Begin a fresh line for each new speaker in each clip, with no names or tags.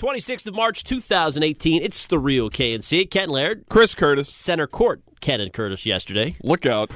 26th of March, 2018. It's the real KNC. Ken Laird,
Chris Curtis,
center court. Ken and Curtis yesterday.
look out.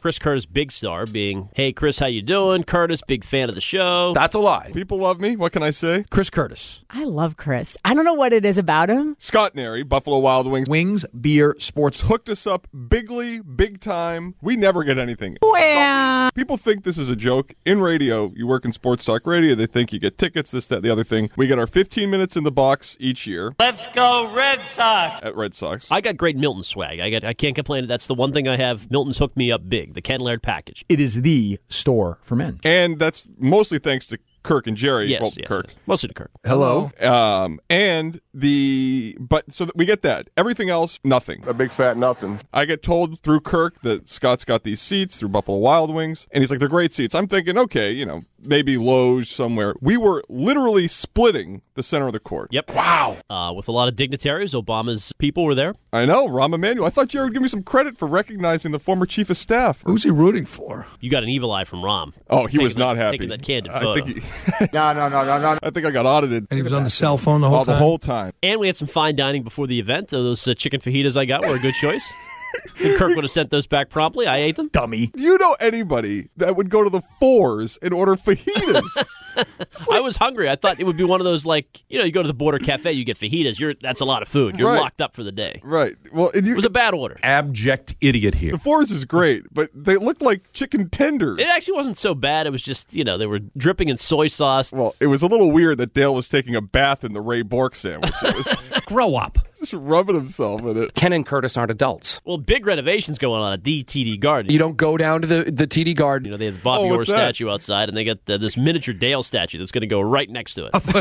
Chris Curtis, big star, being, hey, Chris, how you doing? Curtis, big fan of the show.
That's a lie.
People love me. What can I say?
Chris Curtis.
I love Chris. I don't know what it is about him.
Scott Nary, Buffalo Wild Wings,
Wings, beer, sports.
hooked us up bigly, big time. We never get anything.
Well,
People think this is a joke. In radio, you work in sports talk radio, they think you get tickets, this, that, the other thing. We get our 15 minutes in the box each year. Let's go, Red Sox! At Red Sox.
I got great Milton swag. I got. I can't complain. That's the one thing I have. Milton's hooked me up big. The Ken Laird package.
It is the store for men.
and that's mostly thanks to Kirk and Jerry.
Yes,
well,
yes,
Kirk.
yes. Mostly to Kirk.
Hello.
Um, and the but so that we get that everything else nothing.
a big fat nothing.
I get told through Kirk that Scott's got these seats through Buffalo Wild Wings, and he's like, they're great seats. I'm thinking, okay, you know, maybe Loge somewhere. We were literally splitting the center of the court.
Yep. Wow. Uh, with a lot of dignitaries, Obama's people were there.
I know, Rahm Emanuel. I thought Jerry would give me some credit for recognizing the former chief of staff.
Who's he rooting for?
You got an evil eye from Rom.
Oh, he
Taking
was
that-
not happy.
Taking that candid
I
photo.
think, he, I think I got audited
And he was on the cell phone the whole
all
time.
the whole time.
And we had some fine dining before the event. Uh, Those uh, chicken fajitas I got were a good choice. And Kirk would have sent those back promptly. I ate them.
Dummy.
Do you know anybody that would go to the fours and order fajitas?
I was hungry. I thought it would be one of those like you know you go to the border cafe, you get fajitas. You're that's a lot of food. You're
Right.
locked up for the day.
right. Well, and
It
you,
was a bad order.
Abject idiot here.
the fours is great, but they looked like chicken tenders.
It actually wasn't so bad. It was just you know they were dripping in soy sauce.
well, it was a little weird that Dale was taking a bath in the Ray Bork sandwich. It was
Grow up.
just rubbing himself in it.
Ken and Curtis aren't adults.
Well, big renovations going on at DTD Garden.
You don't go down to the, the TD
You
Garden.
know, they have the Bobby
Oh,
Orr
what's that?
statue outside, and they got uh, this miniature Dale statue that's going to go right next to it.
He's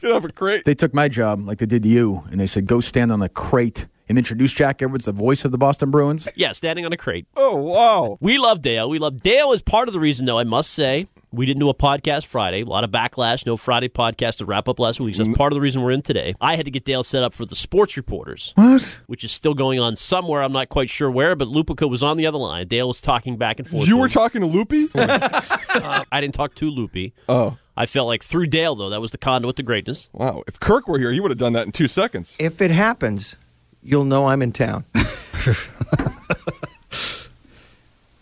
gonna have a great.
They took my job like they did you, and they said, go stand on a crate and introduce Jack Edwards, the voice of the Boston Bruins.
yeah, standing on a crate.
Oh wow!
We love Dale. We love Dale is part of the reason, though. I must say, we didn't do a podcast Friday. A lot of backlash. No Friday podcast to wrap up last week. So
Mm.
That's part of the reason we're in today. I had to get Dale set up for the sports reporters,
What?
which is still going on somewhere. I'm not quite sure where, but Lupica was on the other line. Dale was talking back and forth.
You
to
were
him.
talking to Loopy.
I didn't talk to Loopy.
oh
I felt like through Dale, though, that was the conduit to greatness.
wow! If Kirk were here, he would have done that in two seconds.
If it happens, you'll know I'm in town.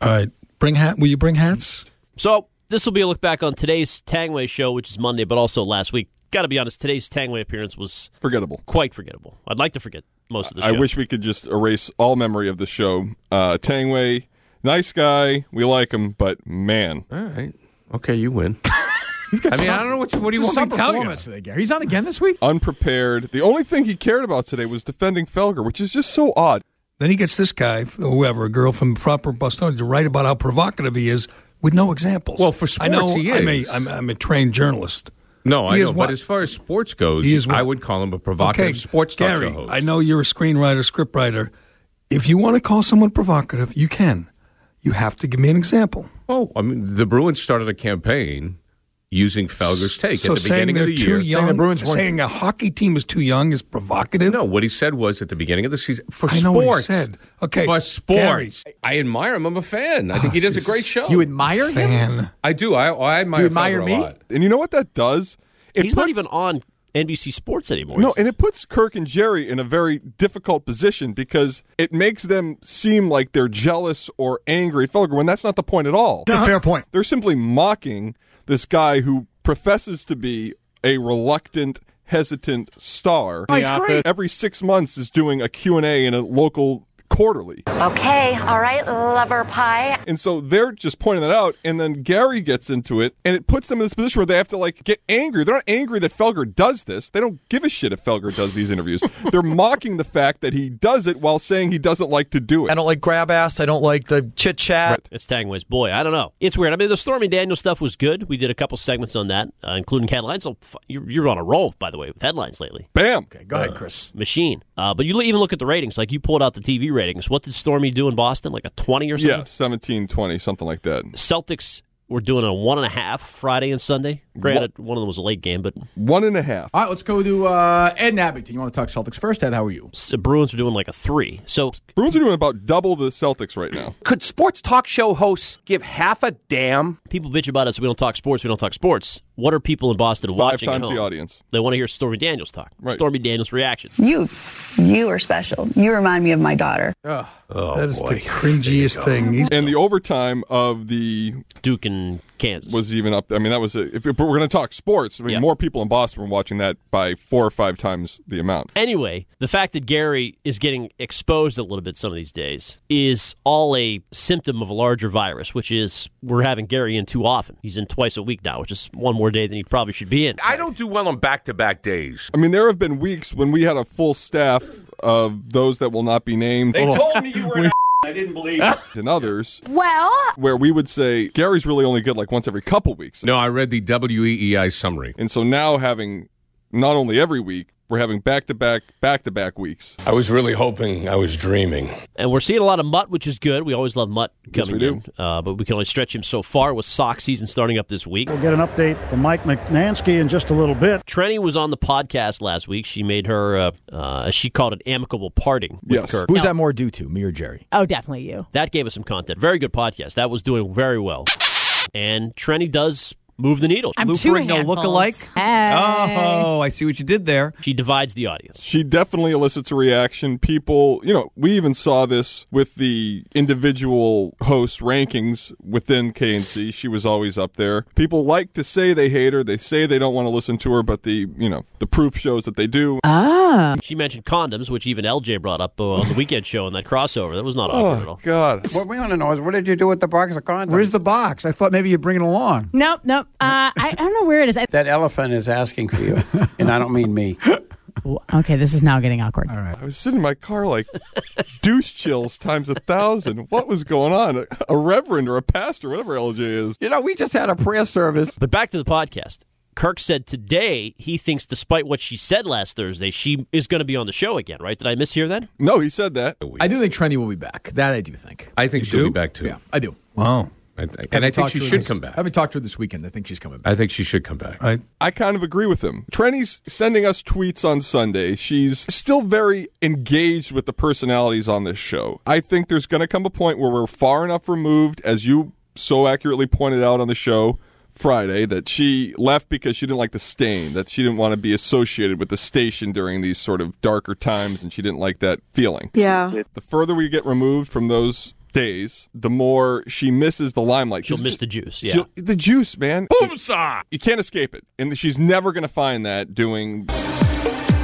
All right. Bring hat. Will you bring hats?
So this will be a look back on today's Tangway show, which is Monday, but also last week. Got to be honest, today's Tangway appearance was
Forgettable.
quite forgettable. I'd like to forget most of the
I
show.
wish we could just erase all memory of the show. Uh, Tangway, nice guy. We like him, but man,
All right. Okay, you win. I mean, I don't know what you, what do you
It's a
want me to
sub
tell you?
performance today, Gary. He's on again this week?
unprepared. The only thing he cared about today was defending Felger, which is just so odd.
Then he gets this guy, whoever, a girl from proper Boston, to write about how provocative he is with no examples.
Well, for
I know
sports, he
I'm,
is.
A, I'm, I'm a trained journalist.
No, I
He
know.
is what?
But as far as sports goes,
He is what?
I would call him a provocative sports talk
Gary,
show host.
I know you're a screenwriter, scriptwriter. If you want to call someone provocative, you can. You have to give me an example.
Oh, I mean, the Bruins started a campaign using Felger's take
so
at the
saying
beginning
they're
of the
too
year.
young,
saying the Bruins weren't-
saying a hockey team is too young is provocative.
No, what he said was at the beginning of the season for
I
sports.
know what he said. Okay, Gary.
for
Oh,
sports. I admire him. I'm a fan. I think he does a great show.
You admire him?
fan.
I do. I, I admire,
You admire
Felger
me?
a lot.
And you know what that does? It
He's not
puts-
even on NBC Sports anymore.
No, and it puts Kirk and Jerry in a very difficult position because it makes them seem like they're jealous or angry at Felger when that's not the point at all. Uh-huh.
That's a fair point.
They're simply mocking this guy who professes to be a reluctant, hesitant star.
Oh, he's great.
Every six months is doing a Q&A in a local quarterly.
Okay, all right, lover pie.
And so they're just pointing that out, and then Gary gets into it, and it puts them in this position where they have to like get angry. They're not angry that Felger does this. They don't give a shit if Felger does these interviews. they're mocking the fact that he does it while saying he doesn't like to do it.
I don't like grab ass. I don't like the chit chat.
It's Tangway's boy. I don't know. It's weird. I mean, the Stormy Daniels stuff was good. We did a couple segments on that, uh, including headlines. So f- you're, you're on a roll, by the way, with headlines lately.
Bam.
Okay,
go ahead, Chris.
Machine. Uh, but you l- even look at the ratings. Like you pulled out the TV ratings. What did Stormy do in Boston? Like a twenty or something.
Yeah, 17, 20, something like that.
Celtics were doing a one and a half Friday and Sunday. Granted, one of them was a late game, but
one and a half.
All right, let's go to uh, Ed Nabington. You want to talk Celtics first, Ed? How are you?
The Bruins are doing like a three. So
Bruins are doing about double the Celtics right now.
Could sports talk show hosts give half a damn?
People bitch about us. We don't talk sports. We don't talk sports. What are people in Boston
Five
watching? at
times the
home?
audience.
They want to hear Stormy Daniels talk.
Right.
Stormy Daniels' reaction.
You, you are special. You remind me of my daughter.
Oh,
that is the cringiest thing. He's-
And the overtime of the
Duke and Kansas
was even up. I mean, that was a, if we're going to talk sports. I mean, more people in Boston were watching that by four or five times the amount.
Anyway, the fact that Gary is getting exposed a little bit some of these days is all a symptom of a larger virus, which is we're having Gary in too often. He's in twice a week now, which is one more day than he probably should be in.
I don't do well on back to back days.
I mean, there have been weeks when we had a full staff of those that will not be named.
They told me you were an I didn't believe it.
and others
Well,
where we would say Gary's really only good like once every couple weeks.
No, I read the WEEI summary.
And so now having not only every week, we're having back to back, back to back weeks.
I was really hoping I was dreaming.
And we're seeing a lot of Mutt, which is good. We always love Mutt
Yes,
coming
we
in, uh, but we can only stretch him so far with Sox season starting up this week.
We'll get an update from Mike McNansky in just a little bit.
Trenny was on the podcast last week. She made her, uh, uh, she called it amicable parting with Kirk.
Who's
Now,
that more due to, me or Jerry?
Oh, definitely you.
That gave us some content. Very good podcast. That was doing very well. And Trenny does move the needle.
I'm two handfuls.
Oh,
Hey.
I see what you did there. She divides the audience.
She definitely elicits a reaction. People, you know, we even saw this with the individual host rankings within KNC. She was always up there. People like to say they hate her. They say they don't want to listen to her, but the, you know, the proof shows that they do.
Ah. She mentioned condoms, which even LJ brought up uh, on the weekend show in that crossover. That was not awkward at all.
God.
What we want to know is what did you do with the box of condoms?
Where's the box? I thought maybe you'd bring it along.
Nope, nope. Uh, I, I don't know where it is. I,
that elephant is asking for you, and I don't mean me.
okay, this is now getting awkward. All
right. I was sitting in my car like douche chills times a thousand. What was going on? A, a reverend or a pastor, whatever LJ is.
You know, we just had a prayer service.
But back to the podcast. Kirk said today he thinks, despite what she said last Thursday, she is going to be on the show again, right? Did I mishear that?
No, he said that.
I do think Trendy will be back. That I do think.
I think
You
she'll
do?
be back too.
Yeah, I do.
Wow. I think, and I think she should come
I
back.
haven't talked to her this weekend. I think she's coming back.
I think she should come back.
I, I kind of agree with him. Trenny's sending us tweets on Sunday. She's still very engaged with the personalities on this show. I think there's going to come a point where we're far enough removed, as you so accurately pointed out on the show Friday, that she left because she didn't like the stain, that she didn't want to be associated with the station during these sort of darker times, and she didn't like that feeling.
Yeah.
The further we get removed from those days, the more she misses the limelight.
She'll
She's
miss
ju-
the juice, yeah.
she'll- The juice, man. Boomsaw! You can't escape it. And she's never going to find that doing.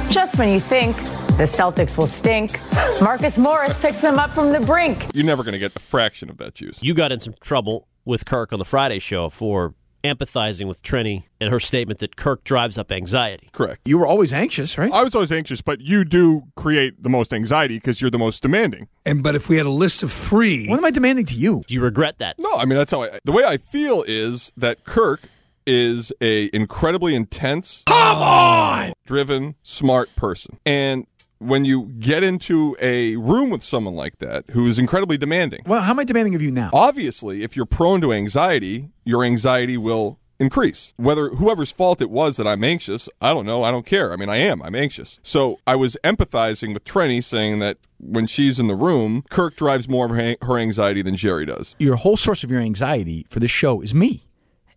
Just when you think the Celtics will stink, Marcus Morris picks them up from the brink.
You're never going to get a fraction of that juice.
You got in some trouble with Kirk on the Friday show for empathizing with Trenny and her statement that Kirk drives up anxiety.
Correct.
You were always anxious, right?
I was always anxious, but you do create the most anxiety because you're the most demanding.
And but if we had a list of three, what
am I demanding to you?
Do you regret that?
No, I mean that's how I. The way I feel is that Kirk is a incredibly intense, come on, driven, smart person, and when you get into a room with someone like that who is incredibly demanding,
well, how am I demanding of you now?
obviously, if you're prone to anxiety, your anxiety will increase. Whether whoever's fault it was that I'm anxious, I don't know. I don't care. I mean, I am. I'm anxious. So I was empathizing with Trenny saying that when she's in the room, Kirk drives more of her- her anxiety than Jerry does.
Your whole source of your anxiety for this show is me.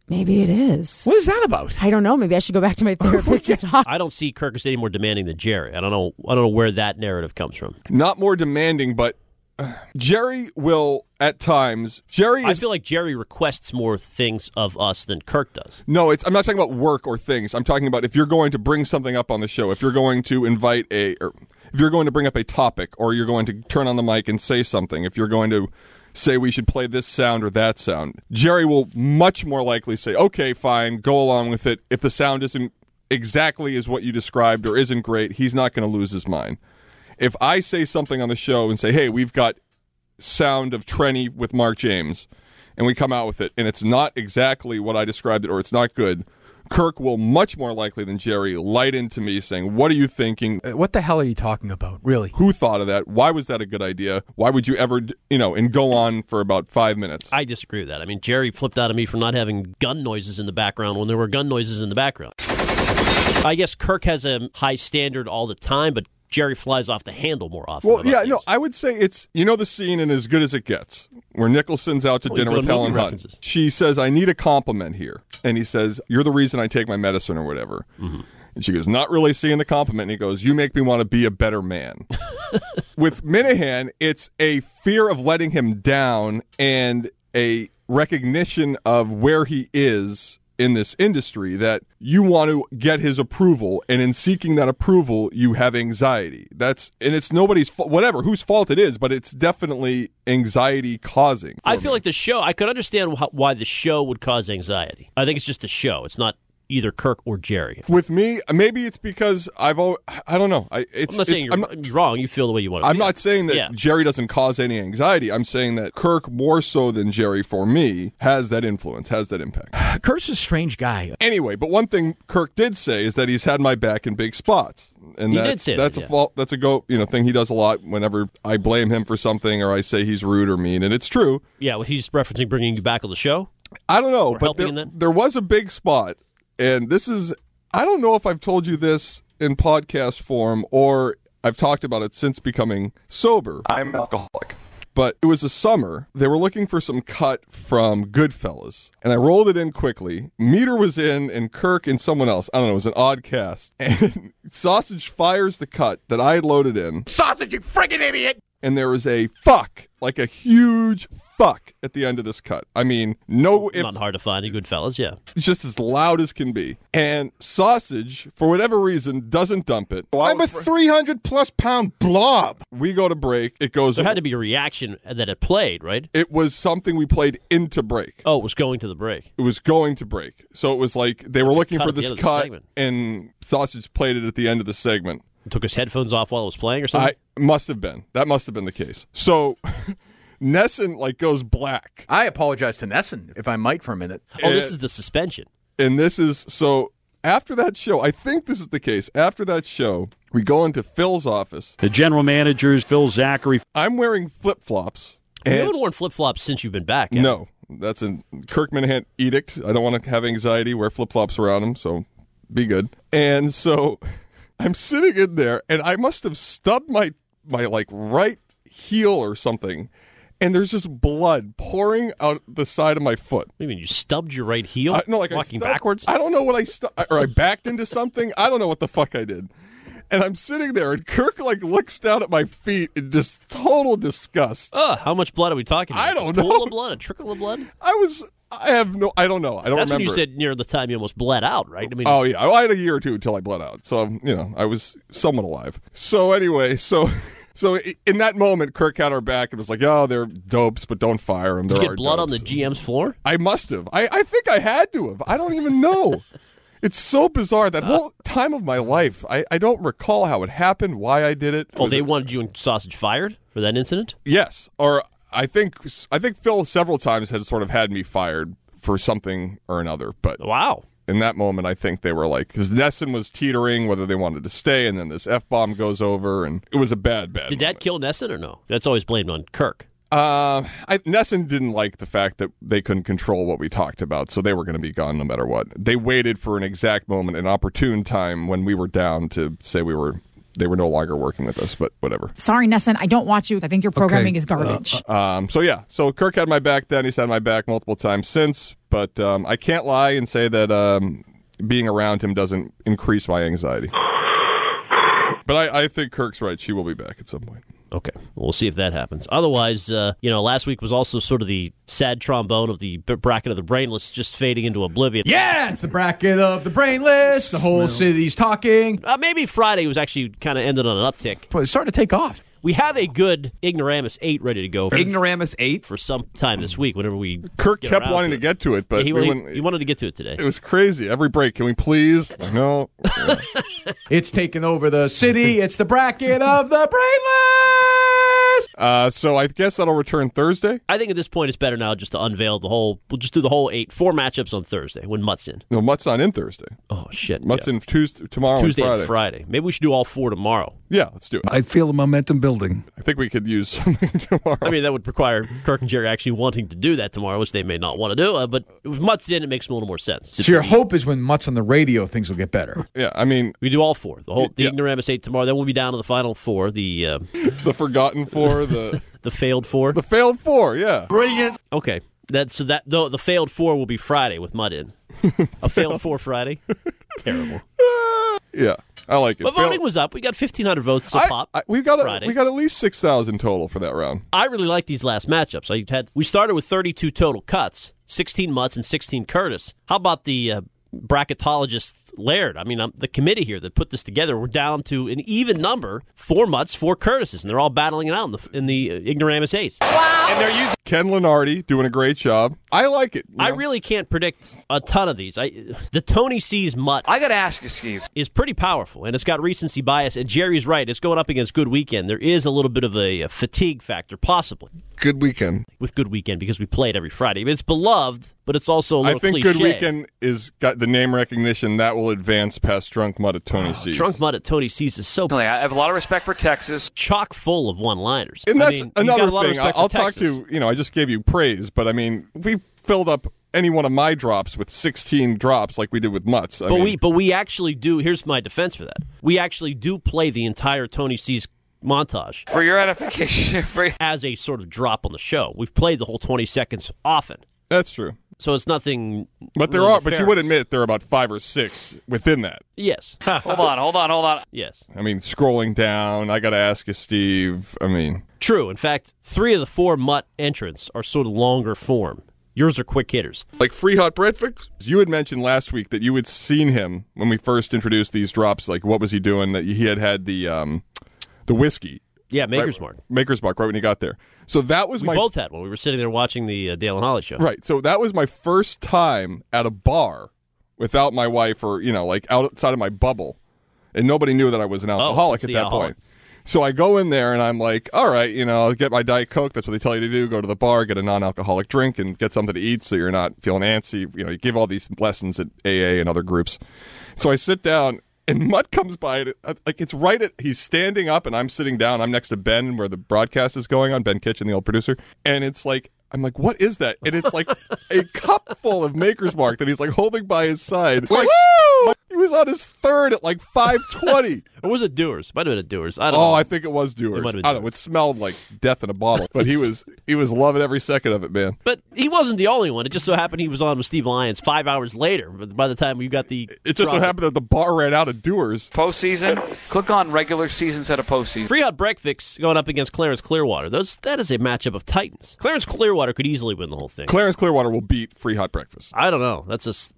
Maybe it is.
What is that about?
I don't know. Maybe I should go back to my therapist and talk.
I don't see Kirk as any more demanding than Jerry. I don't know. I don't know where that narrative comes from.
Not more demanding, but uh, Jerry will at times. Jerry
I
is
feel like Jerry requests more things of us than Kirk does.
No, it's. I'm not talking about work or things. I'm talking about if you're going to bring something up on the show, if you're going to invite a, or If you're going to bring up a topic or you're going to turn on the mic and say something, if you're going to say we should play this sound or that sound, Jerry will much more likely say, okay, fine, go along with it. If the sound isn't exactly as what you described or isn't great, he's not going to lose his mind. If I say something on the show and say, hey, we've got sound of Trenny with Mark James, and we come out with it, and it's not exactly what I described it or it's not good, Kirk will much more likely than Jerry light into me saying, What are you thinking?
What the hell are you talking about, really?
Who thought of that? Why was that a good idea? Why would you ever, d- you know, and go on for about five minutes?
I disagree with that. I mean, Jerry flipped out at me for not having gun noises in the background when there were gun noises in the background. I guess Kirk has a high standard all the time, but Jerry flies off the handle more often.
Well, yeah, no, I would say it's you know the scene in as good as it gets where Nicholson's out to
Oh, you
dinner
put
with
in movie
Helen Hunt.
references.
She says, "I need a compliment here," and he says, "You're the reason I take my medicine or whatever."
Mm-hmm.
And she goes, "Not really seeing the compliment." And he goes, "You make me want to be a better man." with Minahan, it's a fear of letting him down and a recognition of where he is in this industry that you want to get his approval and in seeking that approval you have anxiety that's and it's nobody's fault whatever whose fault it is but it's definitely anxiety causing
I feel like the show. I could understand wh- why the show would cause anxiety. I think it's just the show. It's not either Kirk or Jerry.
with me maybe it's because i've al- i don't know I, it's
I'm not saying
it's-
you're, you're wrong. You feel the way you want. to
I'm
feel.
not saying that
Yeah.
Jerry doesn't cause any anxiety. I'm saying that Kirk, more so than Jerry for me, has that influence, has that impact.
Kirk's a strange guy.
Anyway, but one thing Kirk did say is that he's had my back in big spots. And
He
that,
did say that,
that's a
yeah.
fault that's a go you know thing he does a lot whenever I blame him for something or I say he's rude or mean, and it's true.
Yeah, well, he's referencing bringing you back on the show.
I don't know,
Or
but
helping
there,
in that?
there was a big spot, and this is I don't know if I've told you this in podcast form or I've talked about it since becoming sober. I'm an alcoholic. But it was a summer. They were looking for some cut from Goodfellas, and I rolled it in quickly. Meter was in, and Kirk and someone else. I don't know. It was an odd cast. And Sausage fires the cut that I had loaded in.
Sausage, you friggin' idiot!
and there was a fuck, like a huge fuck at the end of this cut. I mean, no
It's not hard to find in Goodfellas. Yeah,
it's just as loud as can be. And sausage, for whatever reason, doesn't dump it. I'm a 300 plus pound blob. We go to break. It goes.
there had to be a reaction that it played right.
It was something we played into break.
Oh, it was going to the break.
It was going to break. So it was like they were looking
cut
for
at the
this
end of the
cut,
segment.
and sausage played it at the end of the segment.
Took his headphones off while it was playing, or something.
I must have been. That must have been the case. So. Nesson like goes black.
I apologize to Nesson if I might for a minute.
Oh, this
uh,
is the suspension.
And this is so after that show, I think this is the case. After that show, we go into Phil's office.
The general managers, Phil Zachary.
I'm wearing flip flops.
you haven't worn flip flops since you've been back. have
uh, No, that's a Kirk Minahan edict. I don't want to have anxiety. Wear flip flops around him, so be good. And so I'm sitting in there, and I must have stubbed my my like right heel or something. And there's just blood pouring out the side of my foot.
What do you mean? You stubbed your right heel?
I- no, like I
walking
stubbed-
backwards.
I don't know what I stu- or I backed into something. I don't know what the fuck I did. And I'm sitting there, and Kirk like looks down at my feet in just total disgust.
Ugh, how much blood are we talking? About?
I don't
a
know.
Pool of blood, a trickle of blood.
I was. I have no. I don't know. I don't
That's when
remember.
you said near the time you almost bled out, right? I mean,
oh yeah, I had a year or two until I bled out, so um, you know I was somewhat alive. So anyway, so so i- in that moment, Kirk had our back and was like, "Oh, they're dopes, but don't fire them."
did
There
you
are
get blood on the GM's floor?
I must have. I, I think I had to have. I don't even know. it's so bizarre
Uh,
that whole time of my life. I, I don't recall how it happened, why I did it.
Oh,
Was
they
it-
wanted you and sausage fired for that incident.
Yes, or I think I think Phil several times had sort of had me fired for something or another. But
wow,
in that moment, I think they were like because Nesson was teetering whether they wanted to stay, and then this f bomb goes over, and it was a bad bad.
Did that kill Nesson or no? That's always blamed on Kirk.
Uh, I, Nesson didn't like the fact that they couldn't control what we talked about, so they were going to be gone no matter what. They waited for an exact moment, an opportune time when we were down to say we were they were no longer working with us, but whatever.
Sorry, Nesson, I don't watch you. I think your programming is
uh,
garbage.
Um, so yeah, so Kirk had my back then. He's had my back multiple times since, but um, I can't lie and say that um, being around him doesn't increase my anxiety. But I, I think Kirk's right. She will be back at some point.
Okay, we'll see if that happens. Otherwise, uh, you know, last week was also sort of the sad trombone of the b- bracket of the brainless just fading into oblivion.
Yeah, it's the bracket of the brainless. The whole city's talking.
Uh, maybe Friday was actually kind of ended on an uptick.
But it's starting to take off.
We have a good Ignoramus 8 ready to go. For
Ignoramus 8?
For some time this week, whenever we.
Kirk
get
kept
around
wanting to
it.
get to it, but
Yeah, he,
we
he-
wouldn't-
he wanted to get to it today.
it was crazy. Every break, can we please? Like, no.
It's taking over the city. It's the bracket of the brainless.
Uh, so I guess that'll return Thursday.
I think at this point it's better now just to unveil the whole. We'll just do the whole eight, four matchups on Thursday when Mutt's in.
No, Mutt's not in Thursday.
Oh shit,
Mutt's in Tuesday, tomorrow,
Tuesday
and Friday.
and Friday. Maybe we should do all four tomorrow.
Yeah, let's do it.
I feel a momentum building.
I think we could use something tomorrow.
I mean, that would require Kirk and Jerry actually wanting to do that tomorrow, which they may not want to do. Uh, but if Mutt's in, it makes a little more sense.
So your hope is when Mutt's on the radio, things will get better.
Yeah, I mean,
we do all four. The whole the ignoramus eight tomorrow. Then we'll be down to the final four. The uh,
the forgotten four. The
the failed four.
The failed four. Yeah,
brilliant. Okay, that so that though the failed four will be Friday with Mutt in. A failed four Friday. Terrible.
Yeah, I like it.
But voting was up. We got fifteen hundred votes to
I-
pop.
I- we've got a,
Friday.
we got at least six thousand total for that round.
I really like these last matchups. I had we started with 32 total cuts, 16 Mutts and 16 Curtis. How about the uh, bracketologist Laird? I mean, um the committee here that put this together. We're down to an even number: four Mutts, four Curtises, and they're all battling it out in the, in the uh, ignoramus eight.
And they're using Ken Lenardi doing a great job. I like it.
I really can't predict a ton of these. I the Tony C's mutt. I gotta ask you, Steve, is pretty powerful, and it's got recency bias. And Jerry's right; it's going up against Good Weekend. There is a little bit of a, a fatigue factor, possibly.
Good Weekend
with Good Weekend because we play it every Friday. It's beloved, but it's also a
I
little
think
cliche.
Good Weekend is got the name recognition that will advance past Drunk Mud at Tony C's.
Ah, Drunk Mud at Tony C's is so. I have a lot of respect for Texas. Chock full of one-liners.
And
I
that's
mean, he's got
another
a lot of
thing. I-
respect for
I'll talk
Texas.
to you know. I just gave you praise, but I mean, we filled up any one of my drops with 16 drops like we did with Mutts. I
but
mean,
we but we actually do. Here's my defense for that. We actually do play the entire Tony C's montage for your edification as a sort of drop on the show. We've played the whole 20 seconds often.
That's true.
So it's nothing.
but there
really
are. But you would
nefarious.
admit there are about five or six within that.
Yes.
hold on, hold on, hold on.
Yes.
I mean, scrolling down, I got to ask you, Steve. I mean,
True. In fact, three of the four mutt entrants are sort of longer form. Yours are quick hitters.
like free hot breakfast. You had mentioned last week that you had seen him when we first introduced these drops. Like, what was he doing? That he had had the um, the whiskey.
Yeah, Maker's Mark.
Maker's Mark. Right when he got there. So that was
we
my
both had one. We were sitting there watching the uh, Dale and Holly show.
right. So that was my first time at a bar without my wife, or you know, like outside of my bubble, and nobody knew that I was an alcoholic
since Oh,
at
the
that
alcoholic.
point. So I go in there and I'm like, all right, you know, get my Diet Coke. That's what they tell you to do. Go to the bar, get a non alcoholic drink, and get something to eat so you're not feeling antsy. You know, you give all these lessons at AA and other groups. So I sit down and Mutt comes by. And, uh, like, it's right at, he's standing up and I'm sitting down. I'm next to Ben where the broadcast is going on, Ben Kitchen, the old producer. And it's like, I'm like, what is that? And it's like a cup full of Maker's Mark that he's like holding by his side. Like, woo! He was on his third at like 520.
Or was it Doers? Might have been a Doers. I don't
Oh,
know.
I think it was
Oh.
Dewars.
It might have been
I don't know. It smelled like death in a bottle, but he was he was loving every second of it, man.
But he wasn't the only one. It just so happened he was on with Steve Lyons five hours later. But by the time you got the,
It just so happened that the bar ran out of Dewars.
Postseason. Click on regular season instead of postseason.
Free out Breakfast going up against Clarence Clearwater. Those that is a matchup of titans. Clarence Clearwater could easily win the whole thing.
Clarence Clearwater will beat Free Hot Breakfast.
I don't know. That's just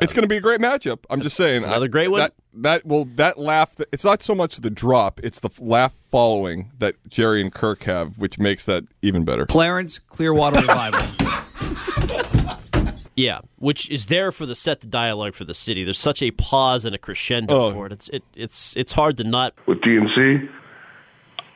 It's going to be a great matchup. I'm just saying.
another great one.
That, that will that laugh. that- It's not so much the drop; it's the f- laugh following that Jerry and Kirk have, which makes that even better.
Clarence Clearwater Revival.
yeah, which is there for the set the dialogue for the city. There's such a pause and a crescendo for it. It's it, it's it's hard to not
with DNC,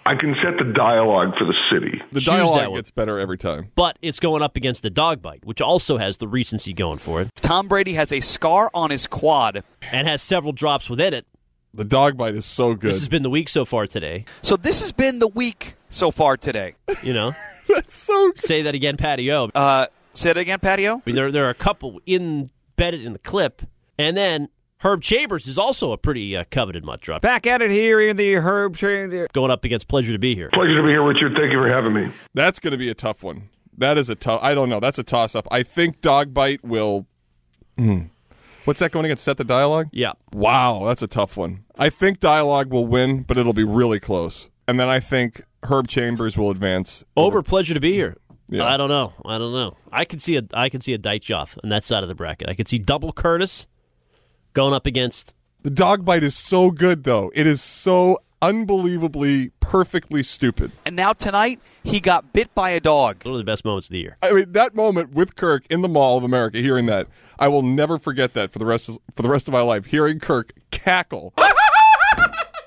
I can set the dialogue for the city.
The
Choose that
dialogue
one.
gets better every time.
but it's going up against the dog bite, which also has the recency going for it.
Tom Brady has a scar on his quad.
And has several drops within it.
The dog bite is so good.
This has been the week so far today.
So this has been the week
so far today.
You know?
That's so
Say that again, Patio.
Uh, say it again, Patio.
I mean, there there are a couple embedded in the clip, and then Herb Chambers is also a pretty uh, coveted mutt drop. Back
at it here in the Herb Train.
going up against Pleasure to Be Here.
Pleasure to be here, Richard. Thank you for having me.
That's going to be a tough one. That is a tough. I don't know. That's a toss up. I think dog bite will. Hmm. What's that going against? Set the dialogue.
Yeah.
Wow, that's a tough one. I think dialogue will win, but it'll be really close. And then I think Herb Chambers will advance.
Over pleasure to be here.
Yeah.
I don't know. I don't know. I could see a I could see a Dychoff on that side of the bracket. I could see double Curtis going up against
The dog bite is so good, though. It is so unbelievably perfectly stupid.
And now tonight, he got bit by a dog.
One of the best moments of the year.
I mean, that moment with Kirk in the Mall of America, hearing that, I will never forget that for the rest of, for the rest of my life. Hearing Kirk cackle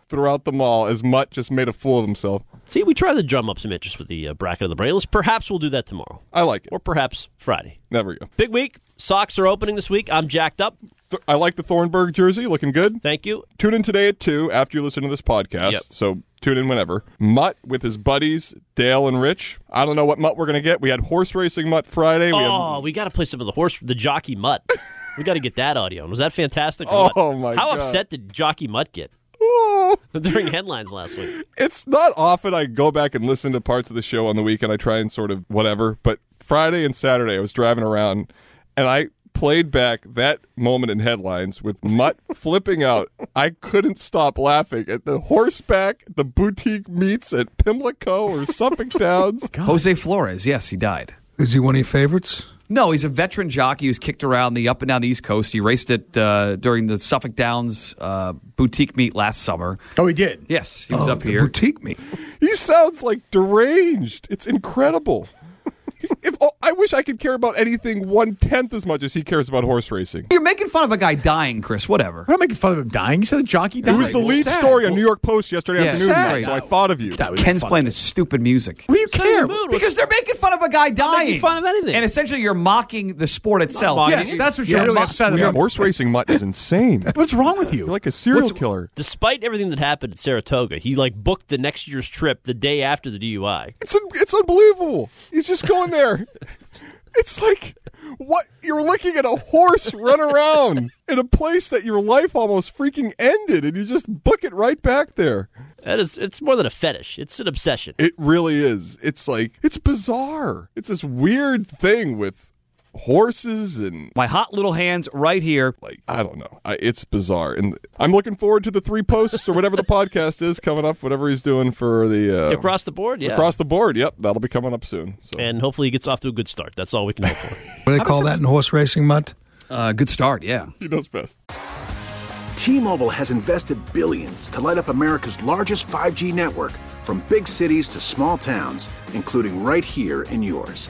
throughout the mall as Mutt just made a fool of himself.
See, we try to drum up some interest for the uh, bracket of the brainless. Perhaps we'll do that tomorrow.
I like it.
Or perhaps Friday.
There we go.
Big week. Socks are opening this week. I'm jacked up.
Th- I like the Thornburg jersey, looking good.
Thank you.
Tune in today at 2 after you listen to this podcast.
Yep.
So tune in whenever. Mutt with his buddies, Dale and Rich. I don't know what Mutt we're going to get. We had horse racing Mutt Friday. We
oh,
had,
we got to play some of the horse, the jockey mutt. we got to get that audio. Was that fantastic?
Oh,
or what?
my
How
God.
upset did jockey mutt get
Oh.
during headlines last week?
it's not often I go back and listen to parts of the show on the weekend. I try and sort of whatever. But Friday and Saturday, I was driving around and I played back that moment in headlines with Mutt flipping out. I couldn't stop laughing at the horseback, the boutique meets at Pimlico or Suffolk Downs.
Jose Flores, yes, he died.
Is he one of your favorites?
No, he's a veteran jockey who's kicked around the up and down the East Coast. He raced it uh, during the Suffolk Downs uh, boutique meet last summer.
Oh, he did.
Yes, he was
Oh,
up
the
here.
Boutique me.
He sounds like deranged. It's incredible. If oh, I wish I could care about anything one tenth as much as he cares about horse racing.
You're making fun of a guy dying, Chris. Whatever.
I'm not making fun of him dying. You said the jockey died.
It was the lead
Sad.
story on New York Post yesterday
Yeah,
afternoon,
sad.
Mike, so I thought of you.
That was
Ken's
fun.
playing this stupid music.
What do you care?
Because they're making fun of a guy dying.
making fun of anything.
And essentially, you're mocking the sport itself.
mocking
Yes,
Yes.
that's what you're
Yes.
really upset
Yeah,
about.
horse racing mutt is insane.
What's wrong with
You're
you?
like a serial
What's-
killer.
Despite everything that happened at Saratoga, he like booked the next year's trip the day after the DUI.
It's un- it's unbelievable. He's just going there. it's like what you're looking at a horse run around in a place that your life almost freaking ended, and you just book it right back there.
That is, it's more than a fetish. It's an obsession.
It really is. It's like it's bizarre. It's this weird thing with horses and
My hot little hands right here.
like I don't know. I, it's bizarre, and I'm looking forward to the three posts or whatever the podcast is coming up. Whatever he's doing for the uh,
Across the board, yeah.
across the board. Yep, that'll be coming up soon. So.
and hopefully he gets off to a good start. That's all we can hope for.
What do they call that in horse racing, Mutt?
Uh, good start, yeah.
He knows best.
T-Mobile has invested billions to light up America's largest 5G network from big cities to small towns, including right here in yours.